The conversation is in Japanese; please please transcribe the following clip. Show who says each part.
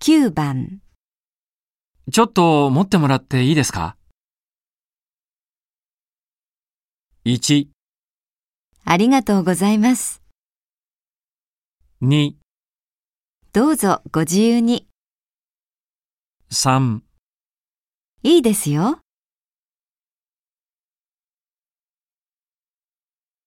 Speaker 1: 9番、
Speaker 2: ちょっと持ってもらっていいですか ?1、
Speaker 1: ありがとうございます。
Speaker 2: 2、
Speaker 1: どうぞご自由に。
Speaker 2: 3
Speaker 1: いいですよ。